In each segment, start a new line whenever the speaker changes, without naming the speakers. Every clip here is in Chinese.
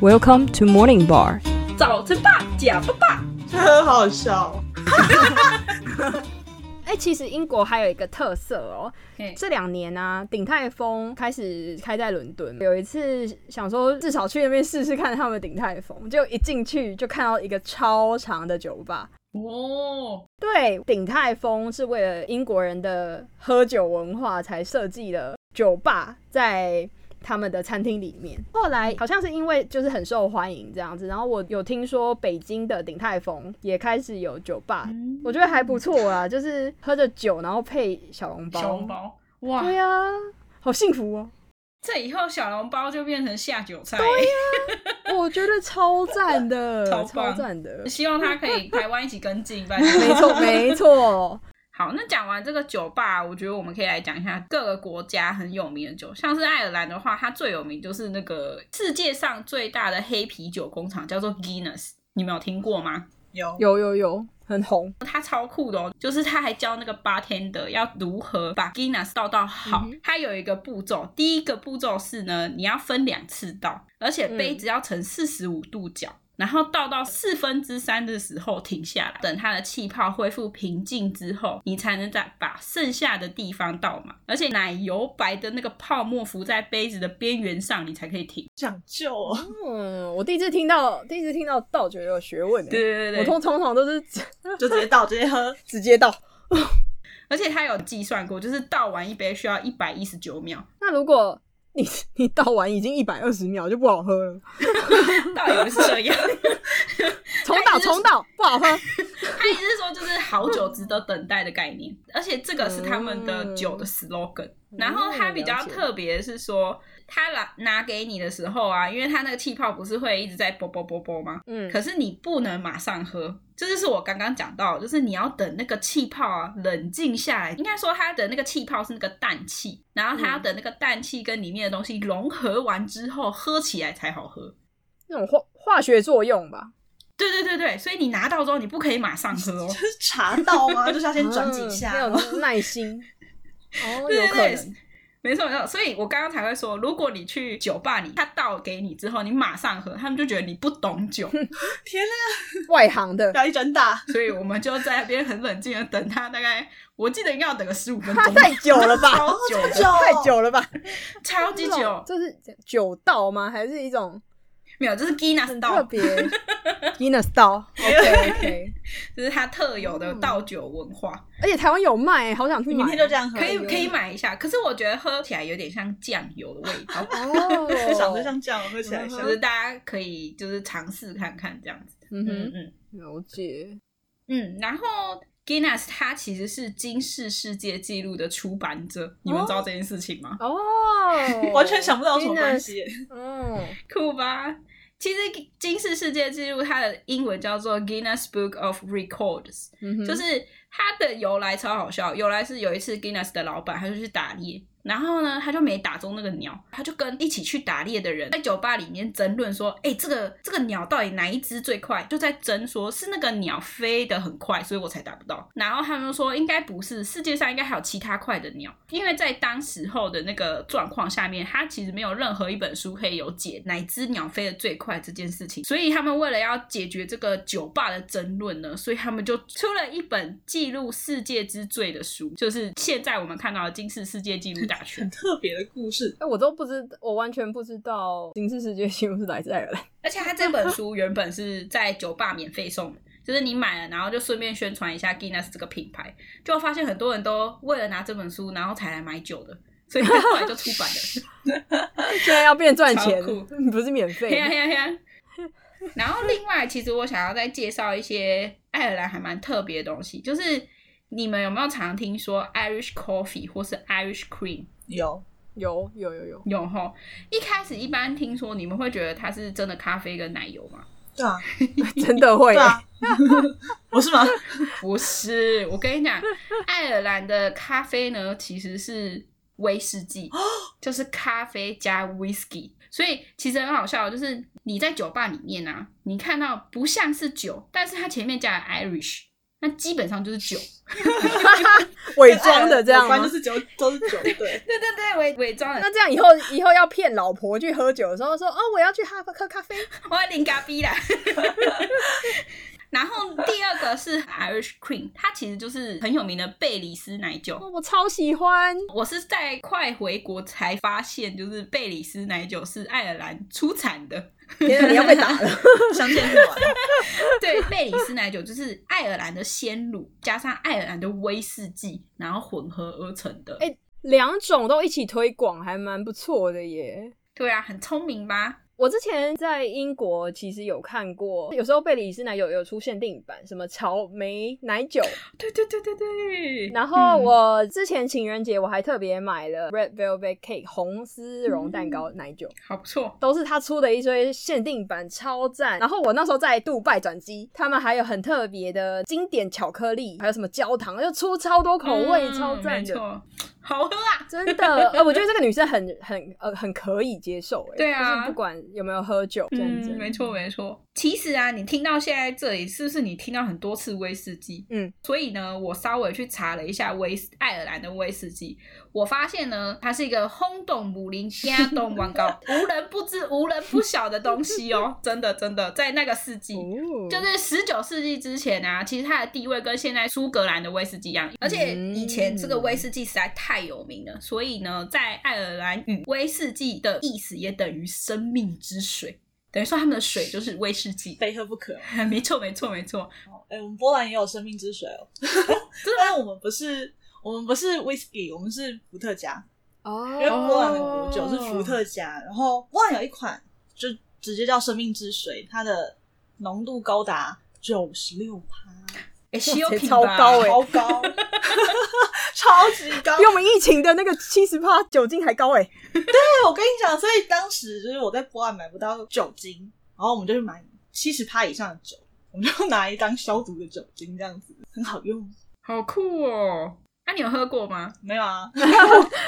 Welcome to Morning Bar。
早晨吧，假爸爸。
很好笑。哦
哎、其实英国还有一个特色哦、
嘿
这两年啊，鼎泰丰开始开在伦敦。有一次想说，至少去那边试试看他们的鼎泰丰，结果一进去就看到一个超长的酒吧。
哦，
对，鼎泰丰是为了英国人的喝酒文化才设计的酒吧，在他们的餐厅里面。后来好像是因为就是很受欢迎这样子，然后我有听说北京的鼎泰丰也开始有酒吧，我觉得还不错啊， 就是喝着酒然后配小笼包。
小笼包，哇，
对啊，好幸福哦！
这以后小笼包就变成下酒菜。
我觉得超赞的，
超
超
棒，
赞的
希望他可以台湾一起跟进，拜托。
没错没错。
好，那讲完这个酒吧，我觉得我们可以来讲一下各个国家很有名的酒，像是爱尔兰的话，它最有名就是那个世界上最大的黑啤酒工厂，叫做 Guinness。你们有听过吗？
有
有有有，很红。
它超酷的哦，就是他还教那个 bartender 要如何把 Guinness 倒到好。它有一个步骤，第一个步骤是呢，你要分两次倒，而且杯子要呈四十五度角。然后倒到四分之三的时候停下来，等它的气泡恢复平静之后，你才能再把剩下的地方倒满。而且奶油白的那个泡沫浮在杯子的边缘上，你才可以停。
讲究哦，
嗯，我第一次听到，第一次听到倒酒有学问、欸。
对对对
我
对，
通通常都是 直
就直接倒，直接喝。
直接倒。
而且他有计算过，就是倒完一杯需要一百一十九 秒，
那如果你你倒完已经一百二十秒就不好喝了，
倒也不是这样。
重
哎
倒重倒不好喝。
他意思是说，就是好酒值得等待的概念，而且这个是他们的酒的 slogan。然后它比较
嗯了解
特别的是说，他拿拿给你的时候啊，因为它那个气泡不是会一直在啵啵啵啵吗？
嗯，
可是你不能马上喝，这就是我刚刚讲到的，就是你要等那个气泡啊冷静下来。应该说它的那个气泡是那个氮气，然后
嗯
它要等那个氮气跟里面的东西融合完之后，喝起来才好喝。
那种化化学作用吧。
对对对对，所以你拿到之后，你不可以马上喝哦
这。是茶道吗？ 就是要先转几
嗯
下
要
吗。
有耐 心。哦，
对
有
对
可
对
能。
没错没错，所以我刚刚才会说，如果你去酒吧里，他倒给你之后，你马上喝，他们就觉得你不 懂酒，
天哪，
外行的，
要一整打，
所以我们就在那边很冷静的等他，大概我记得应该要等个十五分
他
钟，
太久了吧？
超久
哦久
的，
了
太久了吧？
超级
这种
久，
这是酒道吗？还是一种
没有，这是 Guinness
很特
倒，
别 Guinness 道？OK OK。
这是他特有的倒酒文化，
而且台湾有卖、好想去
你
买。，
明天就这样喝，
可以可以买一下，可是我觉得喝起来有点像酱油的味道
哦，
长得像这样，喝起来像，
就。是大家可以就是尝试看看这样子，
嗯
嗯
哼，
嗯。
了解。
嗯，然后 Guinness 它其实是金氏世界纪录的出版者，你们知道这件事情吗？
哦
完全想不到有什么关系，
Guinness。嗯，
酷吧？其实金氏世界纪录它的英文叫做 Guinness Book of Records，、
嗯哼
就是它的由来超好笑。由来是有一次 Guinness 的老板他就去打猎，然后呢他就没打中那个鸟，他就跟一起去打猎的人在酒吧里面争论说，哎、这个这个鸟到底哪一只最快？就在争说是那个鸟飞得很快，所以我才打不到。然后他们就说应该不是，世界上应该还有其他快的鸟，因为在当时候的那个状况下面，它其实没有任何一本书可以有解哪只鸟飞得最快这件事情，所以他们为了要解决这个酒吧的争论呢，所以他们就出了一本记录世界之最的书，就是现在我们看到的金氏世界纪录大全
很。特别的故事。
哎、我都不知，我完全不知道《金氏世界纪录》是来自爱尔 兰。
而且他这本书原本是在酒吧免费送的，就是你买了，然后就顺便宣传一下 Guinness 这个品牌，就发现很多人都为了拿这本书，然后才来买酒的，所以后来就出版了。
现在要变赚钱
超酷，
不是免
嘿
费。
呀嘿呀嘿呀！然后另外，其实我想要再介绍一些爱尔兰还蛮特别的东西，就是你们有没有常听说 Irish coffee 或是 Irish cream？
有
有有有有，
有吼，一开始一般听说你们会觉得它是真的咖啡跟奶油吗？
对啊，
真的会、
对啊，我是吗？
不是，我跟你讲，爱尔兰的咖啡呢其实是威士 忌，就是咖啡加 whisky，所以其实很好笑，就是你在酒吧里面啊，你看到不像是酒，但是它前面加了 Irish，那基本上就是酒。
伪装的这样
反
吗
正？就是酒都是酒，对，
对对对，伪伪装 的，
那这样以后以后要骗老婆去喝酒的时候说哦，我要去哈喝咖啡，
我要零咖啡啦。 然后第二个是 Irish Cream，它其实就是很有名的贝里斯奶 酒。
哦我超喜欢。
我是在快回国才发现，就是贝里斯奶酒是爱尔兰出产的。
天啊，你要被打了！
相见恨晚。
对，贝里斯奶酒就是爱尔兰的鲜乳加上爱尔兰的威士忌，然后混合而成的。
哎 两种都一起推广，还蛮不错的耶。
对啊，很聪明吧？
我之前在英国其实有看过，有时候贝里斯奶酒有出限定版，什么草莓奶 酒。
对对对对对。
然后我之前情人节我还特别买了 Red Velvet Cake 红丝绒蛋糕奶酒。
好不错，
都是他出的一堆限定版，超赞。然后我那时候在杜拜转机，他们还有很特别的经典巧克力，还有什么焦糖，就出超多口味，
嗯
超赞
没
的。
错，好喝啊！
真的， 呃，我觉得这个女生很很呃很可以接受、欸，
对啊
就是不管有没有喝酒，这样子，
嗯，没错没错。其实啊，你听到现在这里，是不是你听到很多次威士忌？
嗯，
所以呢，我稍微去查了一下威斯爱尔兰的威士忌，我发现呢，它是一个轰动武林、惊动 万高、无人不知、无人不晓的东西哦，真的真的，在那个世纪。
哦
就是十九世纪之前啊，其实它的地位跟现在苏格兰的威士忌一样，而且以前这个威士忌实在太有名了，所以呢，在爱尔兰语，威士忌的意思也等于生命之水，等于说他们的水就是威士忌。
非喝不可。哦
没错，没错，没错。
哎、我们波兰也有生命之 水哦，但我们不是，我们不是 whisky，我们是伏特加，
哦，
因为波兰的国酒是伏特加。然后波兰有一款就直接叫生命之水，它的浓度高达九十六趴，
哎，西柚品
超
吧
高哎
超高， 超级高
比。我们疫情的那个七十趴酒精还高哎、
对，我跟你讲，所以当时就是我在波兰买不到酒精，然后我们就去买七十趴以上的酒，我们就拿一张消毒的酒精，这样子很好用。
好酷哦！那、你有喝过 吗？
没有啊，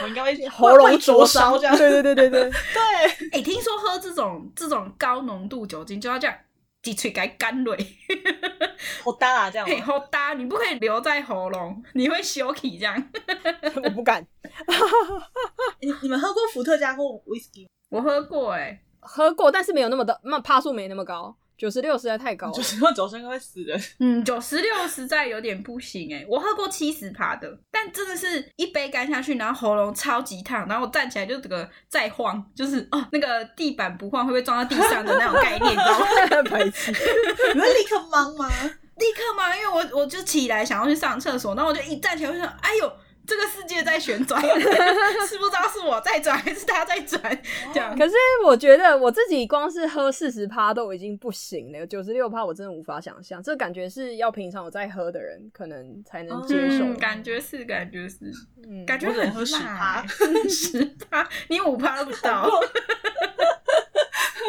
我应该会
喉
会
咙灼
灼
伤，
烧这样。
对对对对对，
对，
哎，听说喝这种这种高浓度酒精就要这样，滴水该 干蕊，
我搭啦这样
嘿，
吗。
好搭，你不可以留在喉咙，你会休克这样。
我不敢
你你们喝过伏特加或 whisky？
我喝过哎、
喝过，但是没有那么的，那趴数没那么高，九十六实在太高了
就。是喝灼伤会死人。
嗯，九十六实在有点不行哎、我喝过七十趴的，但真的是一杯干下去，然后喉咙超级烫，然后我站起来就整个再晃，就是哦，那个地板不晃会不会撞到地上的那种概念，你知道吗？
白痴，
你会立刻懵吗？
立刻嘛，因为我我就起来想要去上厕所，然后我就一站起来，我就想，哎呦，这个世界在旋转， 是不知道是我在转还是他在转，这
哦
样。
可是我觉得我自己光是喝四十趴都已经不行了，九十六趴我真的无法想象，这感觉是要平常有在喝的人可能才能接受。
嗯，感觉是，感觉是，
嗯
感觉
我只能
很
喝10
辣欸， 十趴，你五趴都不 到。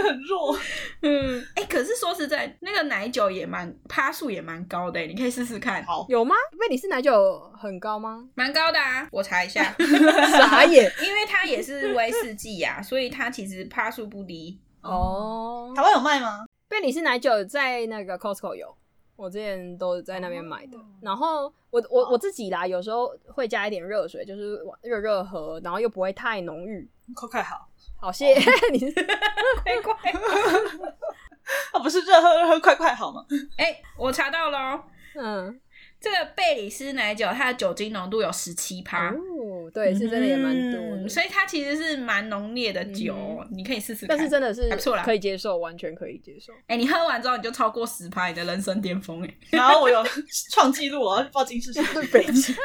很弱。
嗯，哎、可是说实在，那个奶酒也蛮趴数也蛮高的欸，你可以试试看，？
好，
有吗？贝里斯奶酒很高吗
蛮高的啊，我查一下，
傻 眼
因为它也是威士忌呀、啊，所以它其实趴数不 低。
哦
台。湾有卖吗？
贝里斯奶酒在那个 Costco 有，我之前都在那边买
哦
的。然后我我我自己啦，有时候会加一点热水，就是往热热喝，然后又不会太浓郁。
快快好，
好，谢
哦
谢你 是。
乖乖，
啊，不是热喝热喝快快好吗？
哎、我查到喽，
嗯，
这个贝里斯奶酒它的酒精浓度有十七趴。
哦，对，是真的也蛮多的
嗯，所以它其实是蛮浓烈的酒，哦
嗯
你可以试试看。
但是真的是
还不错啦
可以接受，完全可以接受。
哎、你喝完之后你就超过十趴，你的人生巅峰哎、
然后我有创纪录，哦我要报金氏世界纪录。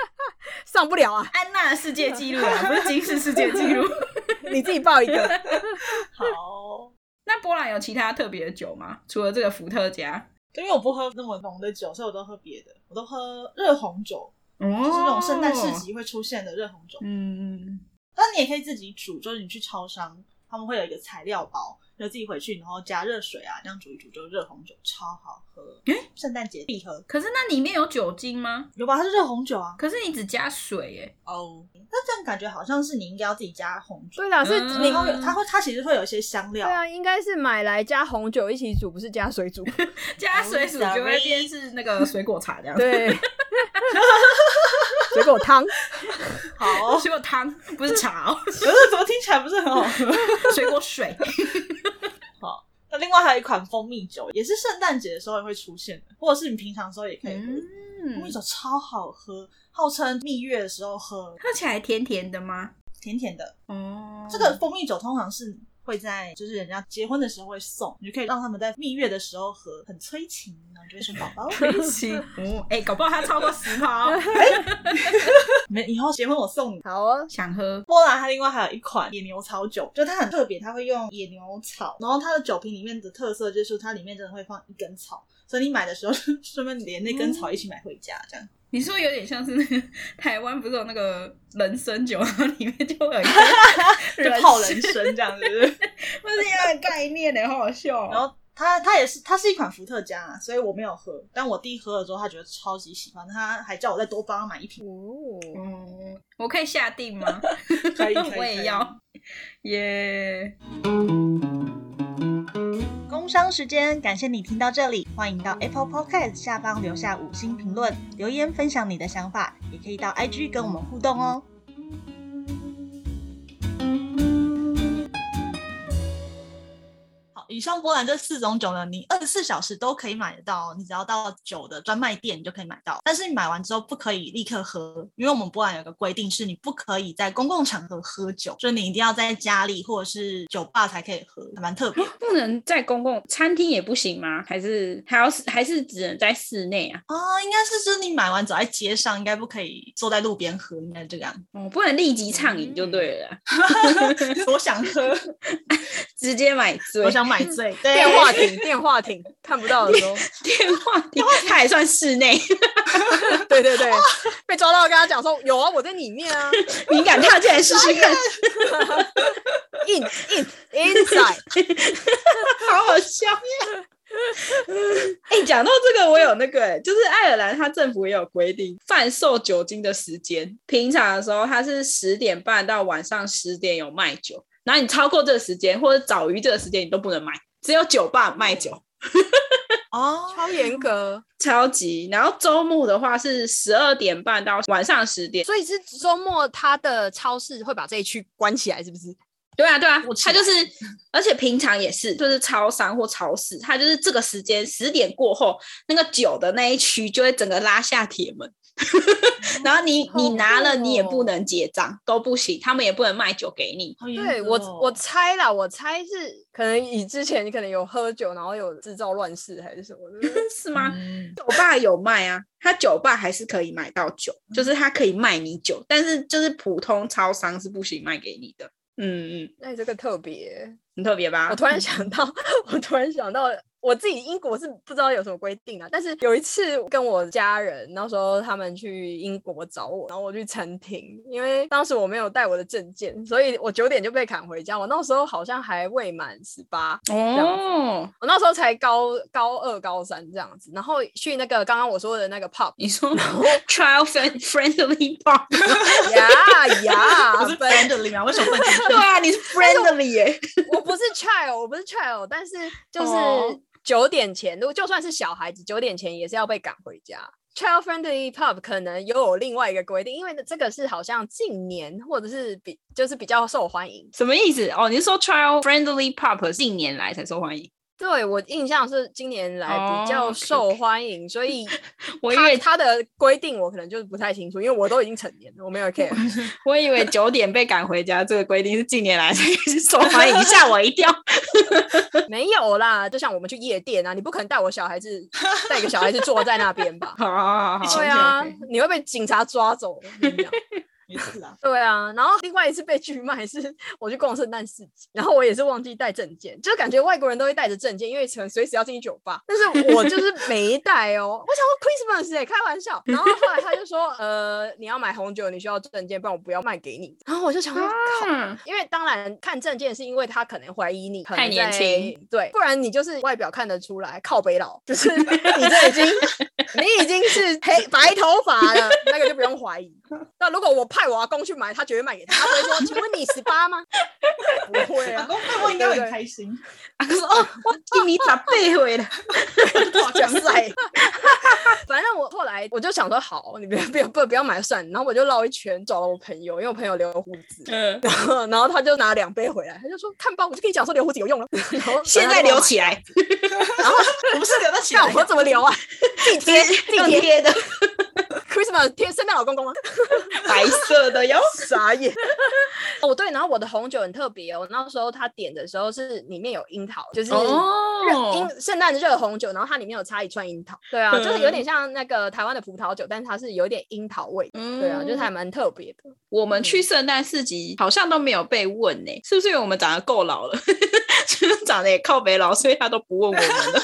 上不了啊，
安娜的世界纪录啊，不是金氏世界纪录。
你自己报一个。
好，
那波兰有其他特别的酒吗？除了这个伏特加，
对，因为我不喝那么浓的酒，所以我都喝别的，我都喝热红酒，
哦，
就是那种圣诞市，集会出现的热红酒。
嗯，
但你也可以自己煮，就是你去超商，他们会有一个材料包，就自己回去，然后加热水啊，这样煮一煮就热红酒，超好喝。
诶
圣诞节必喝，
可是那里面有酒精吗？
有吧？它是热红酒啊。
可是你只加水耶、
哦，那这样感觉好像是你应该要自己加红酒。
对啦，是
嗯
你
然后有它会，它其实会有一些香料
对。啊，应该是买来加红酒一起煮，不是加水 煮。
加水煮就会变是那个水果茶这 样。，
对，水果汤。
好哦，
水果汤不是茶哦，
可是怎么听起来不是很好喝？
水果水。
那另外还有一款蜂蜜酒，也是圣诞节的时候也会出现的，或者是你平常的时候也可以喝。蜂蜜
嗯，
酒超好喝，号称蜜月的时候喝，
喝起来甜甜的吗？
甜甜的。
哦，
嗯
这个蜂蜜酒通常是会在就是人家结婚的时候会送，你就可以让他们在蜜月的时候喝，很催情，然后就会 生宝宝。
飞行哦，哎、搞不好它超过十趴哦。
没以后结婚我送你。
好哦，
想喝
波兰它另外还有一款野牛草酒，就它很特别，它会用野牛草，然后它的酒瓶里面的特色就是它里面真的会放一根草，所以你买的时候就顺便连那根草一起买回家，这样。
你说有点像是那个台湾不是有那个人参酒，然后里面就会有一个
就泡 人参这样子。
不是一样的概念呢，好好笑、
然
哦。
后它它也是它是一款伏特加、啊，所以我没有喝，但我弟喝了之后，他觉得超级喜欢，他还叫我再多帮他买 一瓶。
哦，
嗯，我可以下定吗？
可以可以
我也要。耶、
工商时间，感谢你听到这里，欢迎到 Apple Podcast 下方留下五星评论，留言分享你的想法，也可以到 IG 跟我们互动哦。好，以上波兰这四种酒呢，你二十四小时都可以买得到哦，你只要到酒的专卖店你就可以买到。但是你买完之后不可以立刻喝，因为我们波兰有个规定是你不可以在公共场合喝酒，所以你一定要在家里或者是酒吧才可以喝，还蛮特别的。
不能在公共餐厅也不行吗？还是还要还是只能在室内啊？
啊，应该是说你买完走在街上，应该不可以坐在路边喝，应该这个样。
哦，不能立即畅饮就对了啦，啊
我想喝，
直接买醉。
我想买醉。对，
电话亭，电话亭，看不到的时候，
电话亭，它还算室内，
对对对，被抓到跟他讲说有啊，我在里面啊
你敢跳进来试试看？
，in in inside，
好好笑呀！ 哎、讲到这个，我有那个、欸，就是爱尔兰它政府也有规定贩售酒精的时间，平常的时候它是十点半到晚上十点有卖酒，然后你超过这个时间或者早于这个时间你都不能买，只有酒吧卖酒，
哦，
超严格，
超级。然后周末的话是十二点半到晚上十点，
所以是周末他的超市会把这一区关起来，是不是？
对啊，对啊
我，起
他
来
就是，而且平常也是，就是超商或超市，他就是这个时间十点过后，那个酒的那一区就会整个拉下铁门， 然后
哦
你你拿了，你也不能结账，都不行，他们也不能卖酒给你。
好严
对
格
我
哦
我猜啦，我猜是可能以之前你可能有喝酒，然后有制造乱世还是什么的，
是吗？
嗯
酒吧有卖啊，他酒吧还是可以买到酒，
嗯
就是他可以卖你酒，但是就是普通超商是不行卖给你的。嗯嗯，
那你这个特别，
很特别吧？
我突然想到， 我突然想到，我自己英国是不知道有什么规定啊。但是有一次跟我家人，那时候他们去英国找我，然后我去餐厅，因为当时我没有带我的证件，所以我九点就被赶回家。我那时候好像还未满十八，
哦，
我那时候才高高二、高三这样子。然后去那个刚刚我说的那个 pub，
你说 trial friend friendly bar。
呀呀，
我是 friendly 啊，为什么不能进去
对啊，你是 friendly 耶、
我不是 child，我不是 child，但是就是
哦
九点前，如果就算是小孩子，九点前也是要被赶回家。Child friendly pub 可能又有另外一个规定，因为这个是好像近年或者是比就是比较受欢迎。
什么意思？哦，你是说 trial friendly pop 近年来才受欢迎？
对我印象是今年来比
哦
较
，OK，OK
受欢迎，所以
我以
它
为
它的规定我可能就是不太清楚，因为我都已经成年了，我没有 care。
我以为九点被赶回家这个规定是近年来才受欢迎，吓我一 跳。
没有啦，就像我们去夜店啊，你不可能带我小孩子带一个小孩子坐在那边吧？啊
好好好好，
对啊，你会被警察抓走。我跟你讲。
没事啊
对啊，然后另外一次被拒卖是我去逛圣诞市集，然后我也是忘记带证件，就感觉外国人都会带着证件，因为随随时要进酒吧，但是我就是没带哦。 我想说 Christmas 哎、开玩笑。然后后来他就说，呃，你要买红酒，你需要证件，不然我不要卖给你。然后我就想说，靠，
嗯，
因为当然看证件是因为他可能怀疑你可能
太年
在
轻，
对，不然你就是外表看得出来靠北佬，就是你这 已经你已经是黑白头发了，那个就不用怀疑。那如果我派我阿公去买，他绝对卖给他，他不会说请问你十八吗？不会
老
啊，
公看我应该很开心，
啊，可是哦，我一米咋背回 来？
哇塞！反正我后来我就想说，好，你不要不要不要不要买算了，然后我就绕一圈找了我朋友，因为我朋友留胡子，
嗯，
然后然后他就拿两杯回来，他就说看吧，我就跟你讲说留胡子有用了， 然后
现在留起来，
不是留得起来
那我怎么留 啊？地贴
用
地贴
贴的
Christmas 贴圣诞老公公吗？
白色的哟。
傻眼。哦，对，然后我的红酒很特别哦，那时候他点的时候是里面有樱桃，就是。热
哦，
樱圣诞热红酒，然后它里面有插一串樱桃，对啊，就是有点像那个台湾的葡萄酒，但是它是有点樱桃味的，
嗯
对啊，就是还蛮特别的。
我们
嗯
去圣诞市集好像都没有被问呢、是不是因为我们长得够老了， 就是长得也靠北老，所以他都不问我们了？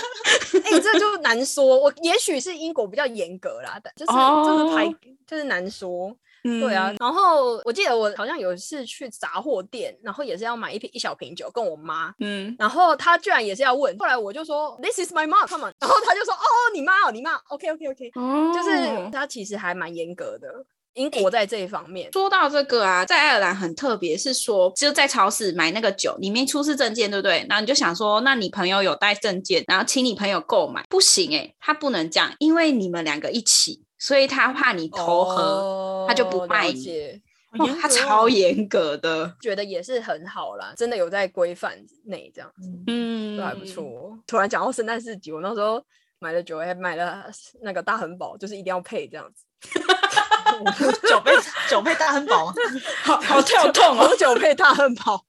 哎、这就难说，我也许是英国比较严格啦，但就是就是排、
哦
就是难说。
嗯
对啊，，然后我记得我好像有一次去杂货店，然后也是要买一瓶一小瓶酒，跟我妈。
嗯，
然后她居然也是要问，后来我就说 This is my mom，come on。然后她就说哦，你妈哦，你妈，OK OK OK，、
哦
就是她其实还蛮严格的，英国在这一方面。
说到这个啊，在爱尔兰很特别，是说就在超市买那个酒，里面出示证件，对不对？然后你就想说，那你朋友有带证件，然后请你朋友购买，不行诶、他不能这样，因为你们两个一起，所以他怕你投河。
哦
她就不
了
卖你
解
好
哦
严格哦
他超严格的，
觉得也是很好啦，真的有在规范内这样，
嗯
嗯
都还不错。。突然讲到圣诞市集，我那时候买了酒，还买了那个大汉堡，就是一定要配这样子。
嗯 酒杯酒杯大汉堡吗，
好好跳痛哦。
红酒配大汉堡。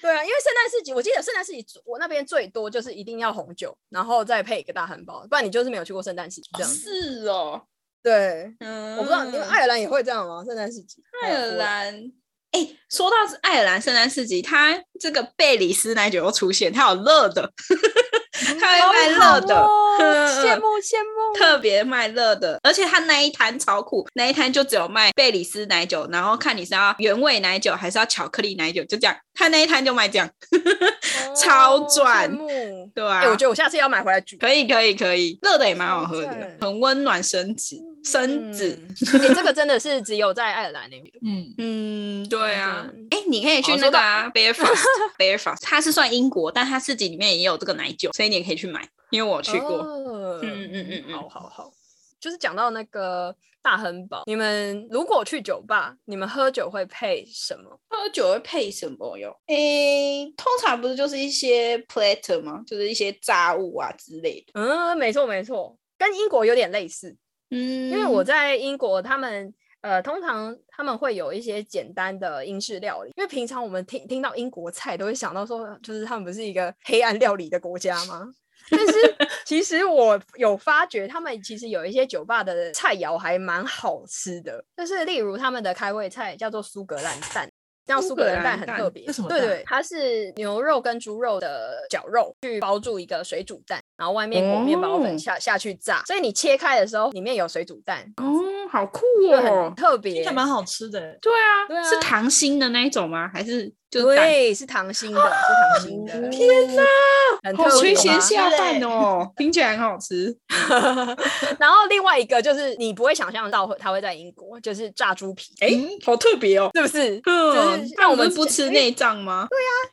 对啊，因为圣诞市集，我记得圣诞市集我那边最多就是一定要红酒，然后再配一个大汉堡，不然你就是没有去过圣诞市 集这样子。
是哦，
对，
嗯，
我不知道你们爱尔兰也会这样吗？圣诞市集，
爱尔
还有
兰。哎、说到爱尔兰圣诞市集，它这个贝里斯奶酒又出现，它有热的，它
波
会卖
兰
热的，
哦 羡
嗯
慕羡慕。
特别卖热的，而且它那一摊超酷，那一摊就只有卖贝里斯奶酒，然后看你是要原味奶酒还是要巧克力奶酒，就这样，它那一摊就卖这样， 超
哦
赚
羡慕。
对啊，
哎、我觉得我下次要买回来煮。
可以可以可以，热的也蛮好喝
超
的
赞，
很温暖身子身子，
嗯哎这个真的是只有在爱尔兰那边。
嗯，
嗯，对
超，
啊
赞
哎、你可以去
哦
那
说
个
到
啊 b e a r f a s t b e a r f a s t 它是算英国，但它自己里面也有这个奶酒，所以你也可以去买，因为我去过。
哦、
嗯嗯嗯嗯
好好好。就是讲到那个大亨堡，你们如果去酒吧，你们喝酒会配什么？
喝酒会配什么哟？诶、通常不是就是一些 platter 吗？就是一些炸物啊之类的。
嗯，没错没错，跟英国有点类似，
嗯
因为我在英国，他们呃通常他们会有一些简单的英式料理，因为平常我们听听到英国菜都会想到说，就是他们不是一个黑暗料理的国家吗？ 但是其实我有发觉，他们其实有一些酒吧的菜肴还蛮好吃的，就是例如他们的开胃菜叫做苏格兰蛋。像
苏
苏
格
格兰
兰
蛋很
蛋
特别
这什，么
对
蛋
对，它是牛肉跟猪肉的绞肉去包住一个水煮蛋，然后外面裹面包
哦
粉下、下去炸，所以你切开的时候里面有水煮蛋，
哦，好酷
就很
哦！
特
听
别
起来。蛮好吃的，
对啊，
对啊
是糖心的那一种吗？还是就是蛋？
对，是糖心的，是糖心的，
天哪，
很
哦好
特
垂
别
涎
吧。
下蛋 哦，听起来很好吃。
然后另外一个就是你不会想象到会它会在英国，就是炸猪皮，哎、
嗯
好特别哦。
是不是？ 就
嗯
是，
那
让
我
我们
们不吃
因为
内脏吗？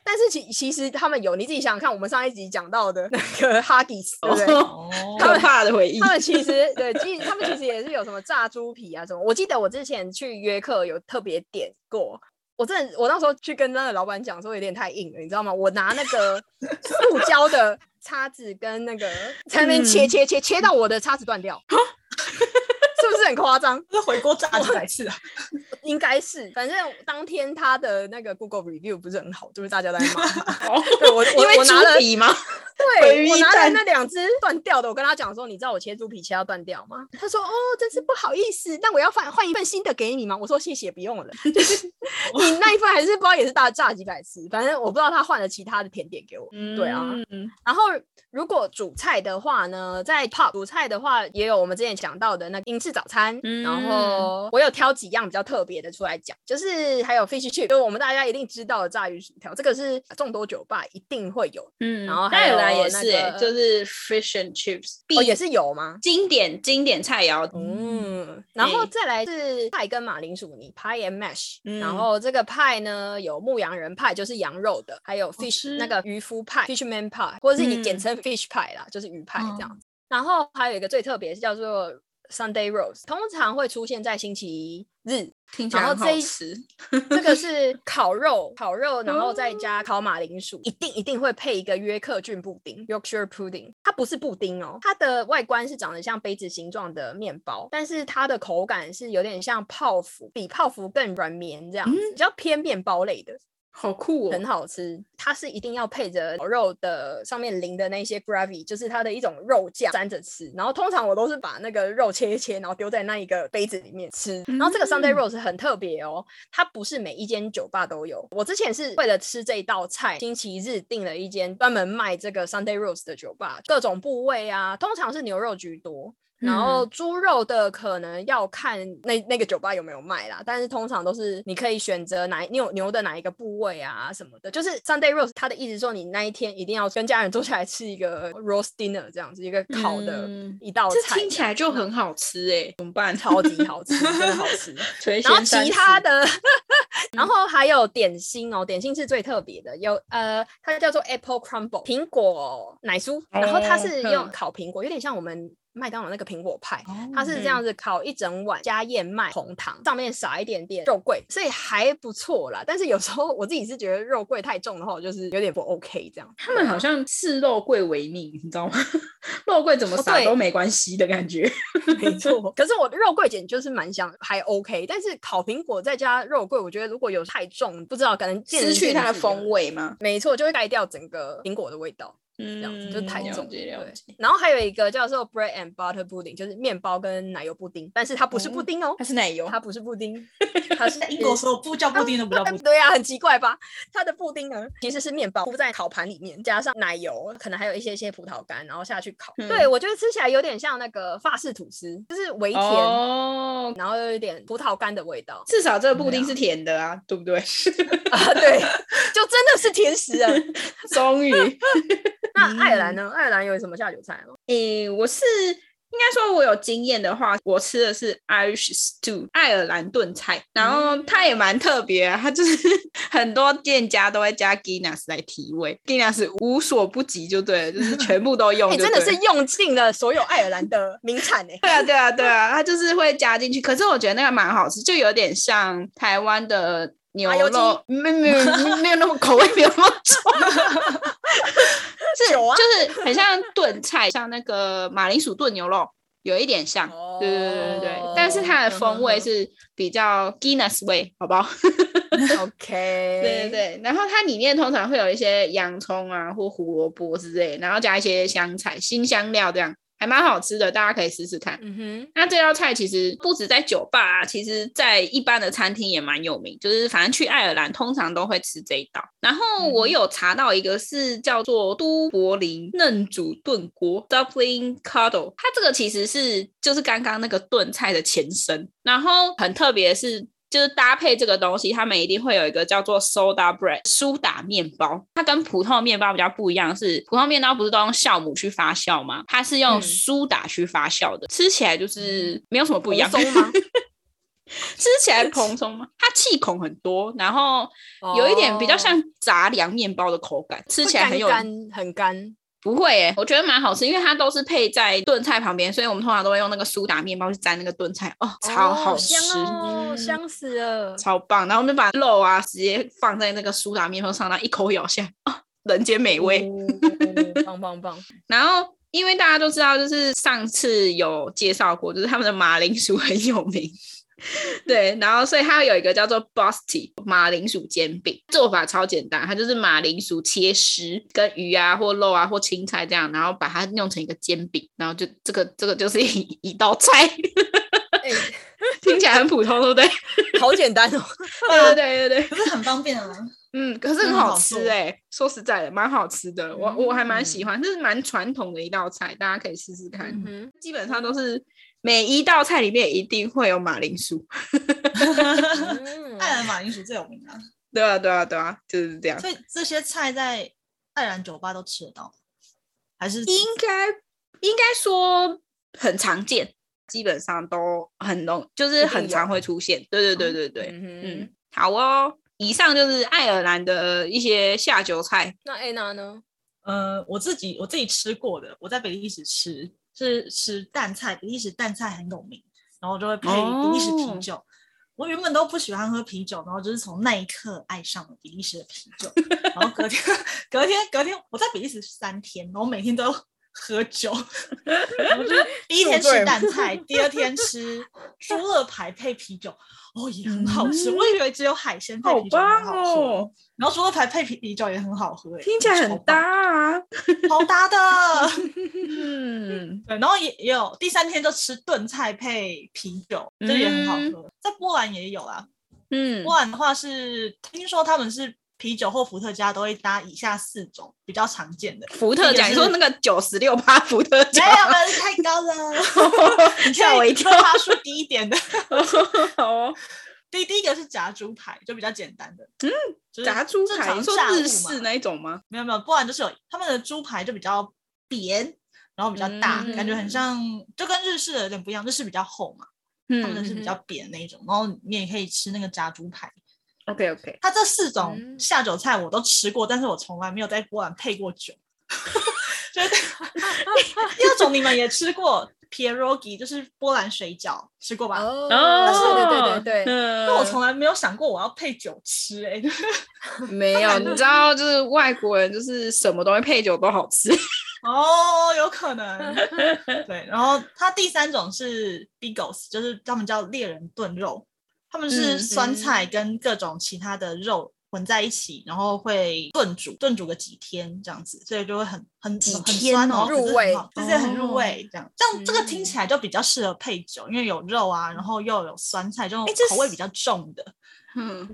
但是其其实他们有，你自己想想看，我们上一集讲到的那个 Huggies，对不对？
哦，
哦，
可怕的回 忆
他。们 其实对，其实他们其实也是有什么炸猪皮啊什么。我记得我之前去约克有特别点过，我真的我那时候去跟那个老板讲说有点太硬了，你知道吗？我拿那个塑胶的叉子跟那个在那边切
嗯
切切切到我的叉子断掉，是不是很夸张？
这回锅炸几百次啊！
应该是，反正当天他的那个 Google review 不是很好，就是大家都在骂他。
哦
对我我
因为
我拿了
猪皮吗？
对
鱼
我拿来
蛋
那两只断掉的，我跟他讲说，你知道我切猪皮切到断掉吗？他说哦，真是不好意思，那我要换换一份新的给你吗？我说谢谢，不用了。
哦
就是你那一份还是不知道也是大炸几百次，反正我不知道他换了其他的甜点给我。对啊，
嗯
然后如果主菜的话呢，在 pop 主菜的话，也有我们之前讲到的那个英式早餐。
嗯
然后我有挑几样比较特别的出来讲，就是还有 fish chip，就是我们大家一定知道的炸鱼薯条，这个是众多酒吧一定会有。
嗯，
然后还
戴尔
有
莱也
那
是、欸，
个
就是 fish and chips，
哦，
必
也是有吗？
经典经典菜肴。
嗯，然后
对
再来是派跟马铃薯泥 （pie and mash），、
嗯
然后这个派呢有牧羊人派，就是羊肉的，还有
好
fish
吃
那个渔夫派 （fishman pie），或者是你简
哦嗯哦
称 fish 派啦，就是鱼派这样
嗯
子。然后还有一个最特别是叫做 Sunday roast，通常会出现在星期日，
听起来
然后
很好
这一
吃。
这个是哦烤肉，烤肉，然后再加烤马铃薯，一定一定会配一个约克郡布丁 （Yorkshire pudding）。它不是布丁哦，它的外观是长得像杯子形状的面包，但是它的口感是有点像泡芙，比泡芙更软绵这样子，比较偏面包类的，
好酷
很
哦！
好吃。它是一定要配着烤肉的上面淋的那些 gravy，就是它的一种肉酱沾着吃。然后通常我都是把那个肉切一切，然后丢在那一个杯子里面吃。然后这个 Sunday
嗯
roast 很特别哦，它不是每一间酒吧都有。我之前是为了吃这一道菜，星期日订了一间专门卖这个 Sunday roast 的酒吧，各种部位啊，通常是牛肉居多。然后
嗯
猪肉的可能要看那那个酒吧有没有卖啦，但是通常都是你可以选择哪你有牛的哪一个部位啊什么的，就是 Sunday roast，它的意思说你那一天一定要跟家人坐下来吃一个 roast dinner 这样子一个烤的
嗯
一道菜
这
样，
听起来就很好吃哎、
嗯
怎么办？
超级好吃，真的 好吃。
垂
然后
涎三
其他
尺
的，
嗯
然后还有点心哦，点心是最特别的，有呃，它叫做 Apple Crumble 苹果奶酥，然后它
哦
是
嗯
用烤苹果，有点像我们麦当劳那个苹果派。
哦
它是这
嗯
样子烤一整碗加燕麦红糖，上面撒一点点肉桂，所以还不错啦。但是有时候我自己是觉得肉桂太重的话，我就是有点不 OK 这样。
他们好像视肉桂为命，你知道吗？ 肉桂怎么
哦
撒
对
都没关系的感觉。
没错，可是我的肉桂卷就是蛮香，还 OK。但是烤苹果再加肉桂，我觉得如果有太重，不知道可能见仁
失去
见
它的
智
风味吗？
没错，就会盖掉整个苹果的味道，这
这
样子、就是太重了。
嗯了解了
对
解。
然后还有一个叫做 bread and butter pudding，就是面包跟奶油布丁，但是它不是布
哦
丁哦，
它是奶油，
它不是布 丁，它是
在英国所有不叫布丁都不叫布丁，
对啊，很奇怪吧？它的布丁呢，其实是面包铺在烤盘里面，加上奶油，可能还有一些些葡萄干，然后下去烤。
嗯
对我觉得吃起来有点像那个法式吐司，就是微甜，
哦，
然后又有一点葡萄干的味道
至少这个布
对
丁
啊
是甜的啊，对 不对？
啊。对，就真的是甜食 啊。
终于，
那爱尔
嗯
兰呢？爱尔兰有什么下酒菜啊吗？
诶、我是应该说，我有经验的话，我吃的是 Irish stew 爱尔兰炖菜，然后
嗯
它也蛮特别、啊，它就是 很多店家都会加 Guinness 来提味，Guinness 无所不及就对了，就是全部都 用
哎、
就对
真
了，
的是用尽了所有爱尔兰的名产哎、
对啊，对啊，对 啊，它就是会加进去。可是我觉得那个蛮好吃，就有点像台湾的牛
麻油鸡
肉，没没没没有那么口味没有那么重，是
酒啊
就是很像炖菜， 像那个马铃薯炖牛肉。有一点像，对对对对对
哦，
但是它的
嗯
风
哼
味
哼
是比较 Guinness 味，好 不好？
嗯 OK，
对对对，然后它里面通常会有一些洋葱啊或胡萝卜之类，然后加一些香菜、新香料，这样还蛮好吃的，大家可以试试看。
嗯哼，
那这道菜其实不止在酒吧、啊，其实在一般的餐厅也蛮有名，就是反正去爱尔兰通常都会吃这一道。然后我
嗯哼
有查到一个是叫做都柏林嫩煮炖锅 （Dublin Cuddle），它这个其实是就是刚刚那个炖菜的前身。然后很特别的是。就是搭配这个东西，他们一定会有一个叫做 soda bread 苏打面包。它跟普通的面包比较不一样，是普通面包不是都用酵母去发酵吗？它是用
嗯
苏打去发酵的，吃起来就是没有什么不一样。
蓬松吗？
吃起来蓬松吗？它气孔很多，然后有一点比较像杂粮面包的口感，吃
哦会
起来很有
干干很干，
不会耶、我觉得蛮好吃，因为它都是配在炖菜旁边，所以我们通常都会用那个苏打面包去沾那个炖菜，哦，超好
哦
吃。嗯
香哦，香死了。
超棒！然后我们就把肉啊直接放在那个苏打面包上，然后一口咬下，啊、人间美味。
哦棒棒 棒！
然后因为大家都知道，就是上次有介绍过，就是他们的马铃薯很有名， 对，然后所以它有一个叫做 Bosti 马铃薯煎饼，做法超简单，它就是马铃薯切丝，跟鱼啊或肉啊或青菜这样，然后把它弄成一个煎饼，然后就这个这个就是一一道菜，
哎、
听起来很普通，对不 对？
好简单 哦。
对对对对对。
可是很方 便啊。
嗯，可是
很
很好
好
吃
做嗯
哎、说实在的，蛮好吃的，我我还蛮喜欢，这是蛮传统的一道菜，大家可以试试看。
嗯哼，
基本上都是每一道菜里面一定会有马铃薯，
嗯
爱尔兰马铃薯最有名啊，
对啊对啊对啊，就是这样。
所以这些菜在爱尔兰酒吧都吃得到，还是
应该应该说很常见，基本上都很容，就
一
是
定
很常
有
会出现。对对对对对，
嗯哼
嗯，好哦。以上就是爱尔兰的一些下酒菜，
那 Anna 呢？
呃，我自己我自己吃过的，我在比利时吃是吃淡菜，比利时淡菜很有名，然后就会配比利时
哦
啤酒。我原本都不喜欢喝啤酒，然后就是从那一刻爱上了比利时的啤酒，然后隔天隔天隔天我在比利时三天，然后每天都喝酒，然后就是第一天
宿醉
吃淡菜，第二天吃猪肋排配啤酒，哦也很好吃，我以为只有海鲜
嗯
配啤酒很好吃，！然后猪肋排配啤啤酒也很好喝、欸，
哦听起来
超
很
棒
搭啊。
好搭 的。
嗯，
对，然后也也有第三天就吃炖菜配啤酒，这也很好喝。在波兰也有啊，
嗯
波兰的话是听说他们是啤酒或伏特加都会搭以下四种比较常见 的。
伏特加，
一
你
个
说
是
那个九十六趴伏特
没
加，
有，门太高 了，你
吓我一跳
趴数低一点的，
好哦，
第第一个是炸猪排，就比较简单的。嗯， 就是
炸猪
正
排，
常
你说
炸
日
物
式
嘛
那一种吗？
没有没有，不然就是有他们的猪排就比较扁，然后比较大，感觉很
嗯
像就跟日式的有点不一样，日式比较厚嘛。他们的
嗯
是比较扁的那一种，然后里面也可以吃那个炸猪排。
，OK OK，
它这四种
嗯
下酒菜我都吃过，但是我从来没有在波兰配过酒。 就是 第二种你们也吃过 pierogi，就是波兰水饺，吃过吧？
哦
哦，
对对对对
嗯
那、我从来没有想过我要配酒吃、欸，哎，
没有，你知道，就是外国人就是什么东西配酒都好吃。
哦，有可能。对，然后它第三种是 bigos，就是他们叫猎人炖肉，他们是
嗯
酸菜跟各种其他的肉混在一起，然后会炖煮，炖煮个几天这样子，所以就会很很
几
很
天
酸
哦
哦，可是很
入味
好就是很入
哦
味这样。这样这个听
嗯
起来就比较适合配酒，因为有肉啊，然后又有酸菜，这种
哎这
口味
是
比较重的。
嗯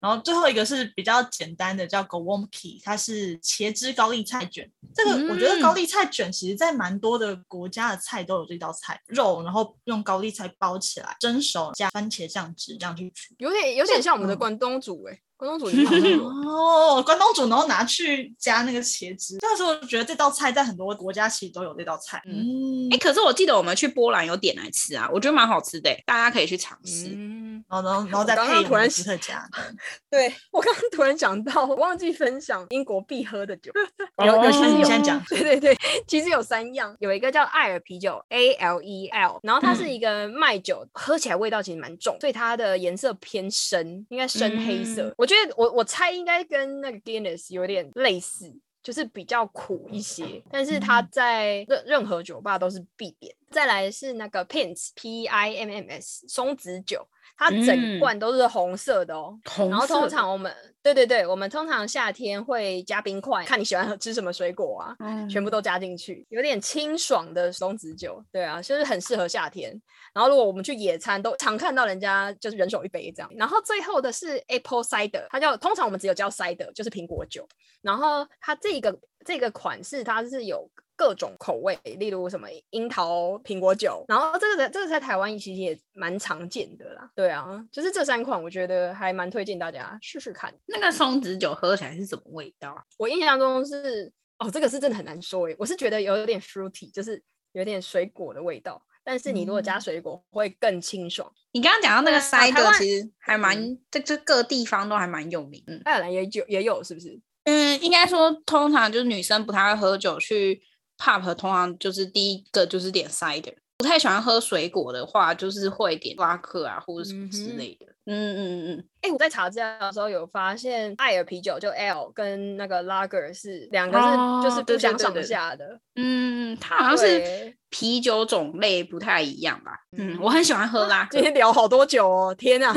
然后最后一个是比较简单的，叫 g o w o m k i 它是茄汁高丽菜卷。这个我觉得
嗯
高丽菜卷其实在蛮多的国家的菜都有这道菜，肉然后用高丽菜包起来，蒸熟加番茄酱汁这样去煮。
有点有点像我
嗯
们的关东煮哎、关东煮 也好吃哦。
哦，关东煮，然后拿去加那个茄汁。那时候我觉得这道菜在很多国家其实都有这道菜。嗯，
哎、可是我记得我们去波兰有点来吃啊，我觉得蛮好吃的、大家可以去尝试。
嗯，
然后然后然后再
我刚
配
刚
我
突然
们伏特加。
对我刚刚突然想到，我忘记分享英国必喝的酒。 有
哦
有其
那
实
嗯你
有
先讲，
对对对，其实有三样，有一个叫艾尔啤酒 （A L E L），然后它是一个麦酒，喝起来味道其实蛮重，所以它的颜色偏深，应该深黑色。我觉得我我猜应该跟那个 Guinness 有点类似。就是比较苦一些，但是它在任任何酒吧都是必点。再来是那个 Pins P I M M S 松子酒，它整
嗯
罐都是红色的哦，
红
然后
色
通
的
常我们对对对，我们通常夏天会加冰块，看你喜欢喝吃什么水果啊，
嗯
全部都加进去，有点清爽的松子酒。对啊，就是很适合夏天。然后如果我们去野餐，都常看到人家就是人手一杯这样。然后最后的是 apple cider，它叫通常我们只有叫 cider，就是苹果酒。然后它这个这个款式它是有。各种口味，例如什么樱桃苹果酒，然后这个在这个在台湾其实也蛮常见的啦。对啊，就是这三款，我觉得还蛮推荐大家试试看。
那个松子酒喝起来是什么味道啊？
我印象中是哦，这个是真的很难说欸诶，我是觉得有点 fruity，就是有点水果的味道，但是你如果
嗯
加水果会更清爽。
你刚刚讲到那
对
个
啊
塞
台
德，
湾
其实还蛮、这这各地方都还蛮有名。嗯
爱尔兰也有也有是不是？
嗯，应该说通常就是女生不太会喝酒去 pub，通常就是第一个就是点 cider。不太喜欢喝水果的话，就是会点拉克啊或者什么之
嗯哼
类的。嗯嗯嗯
哎、我在查资料的时候有发现，艾尔啤酒就 L 跟那个 Lager 是两个是就是
哦
不
对对
相
对
上
对
下的。
嗯嗯，它好像是
对
啤酒种类不太一样吧？嗯
嗯，
我很喜欢喝拉格
今，天聊好多酒哦，天啊，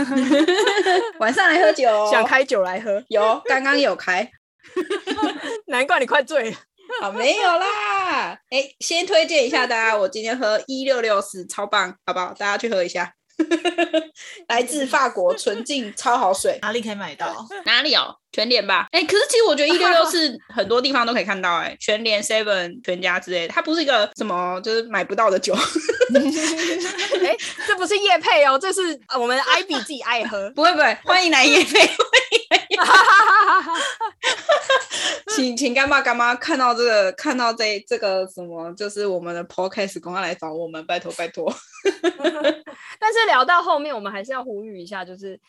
晚上来喝 酒哦，
想开酒来喝，
有，刚刚有开，
难怪你快醉了。
好没有啦。哎，先推荐一下大家，我今天喝一六六四，超棒，好不好？大家去喝一下， 来自法国纯净超好水，
哪里可以买到？
哪里哦？全联吧？哎、可是其实我觉得一六 六是很多地方都可以看到、哎，全联、Seven、全家之类的，它不是一个什么就是买不到的酒，。
哎、这不是叶配哦，这是呃我们艾比自己爱喝
不会不会， 欢迎来夜飞，请请干爸干妈看到这个看到这这个什么，就是我们的 podcast，赶快来找我们，拜托拜托。
但是聊到后面，我们还是要呼吁一下，就是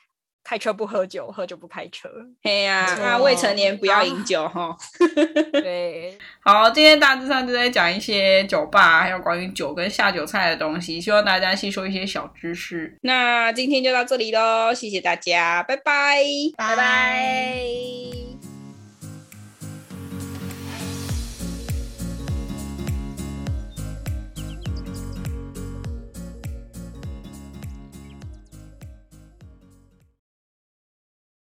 开车不喝酒，喝酒不开车。
嘿呀、
没错
那未成年不要饮酒哈。
对，
好，今天大致上就在讲一些酒吧，还有关于酒跟下酒菜的东西，希望大家吸收一些小知识。
那今天就到这里喽，谢谢大家，拜拜。
拜拜。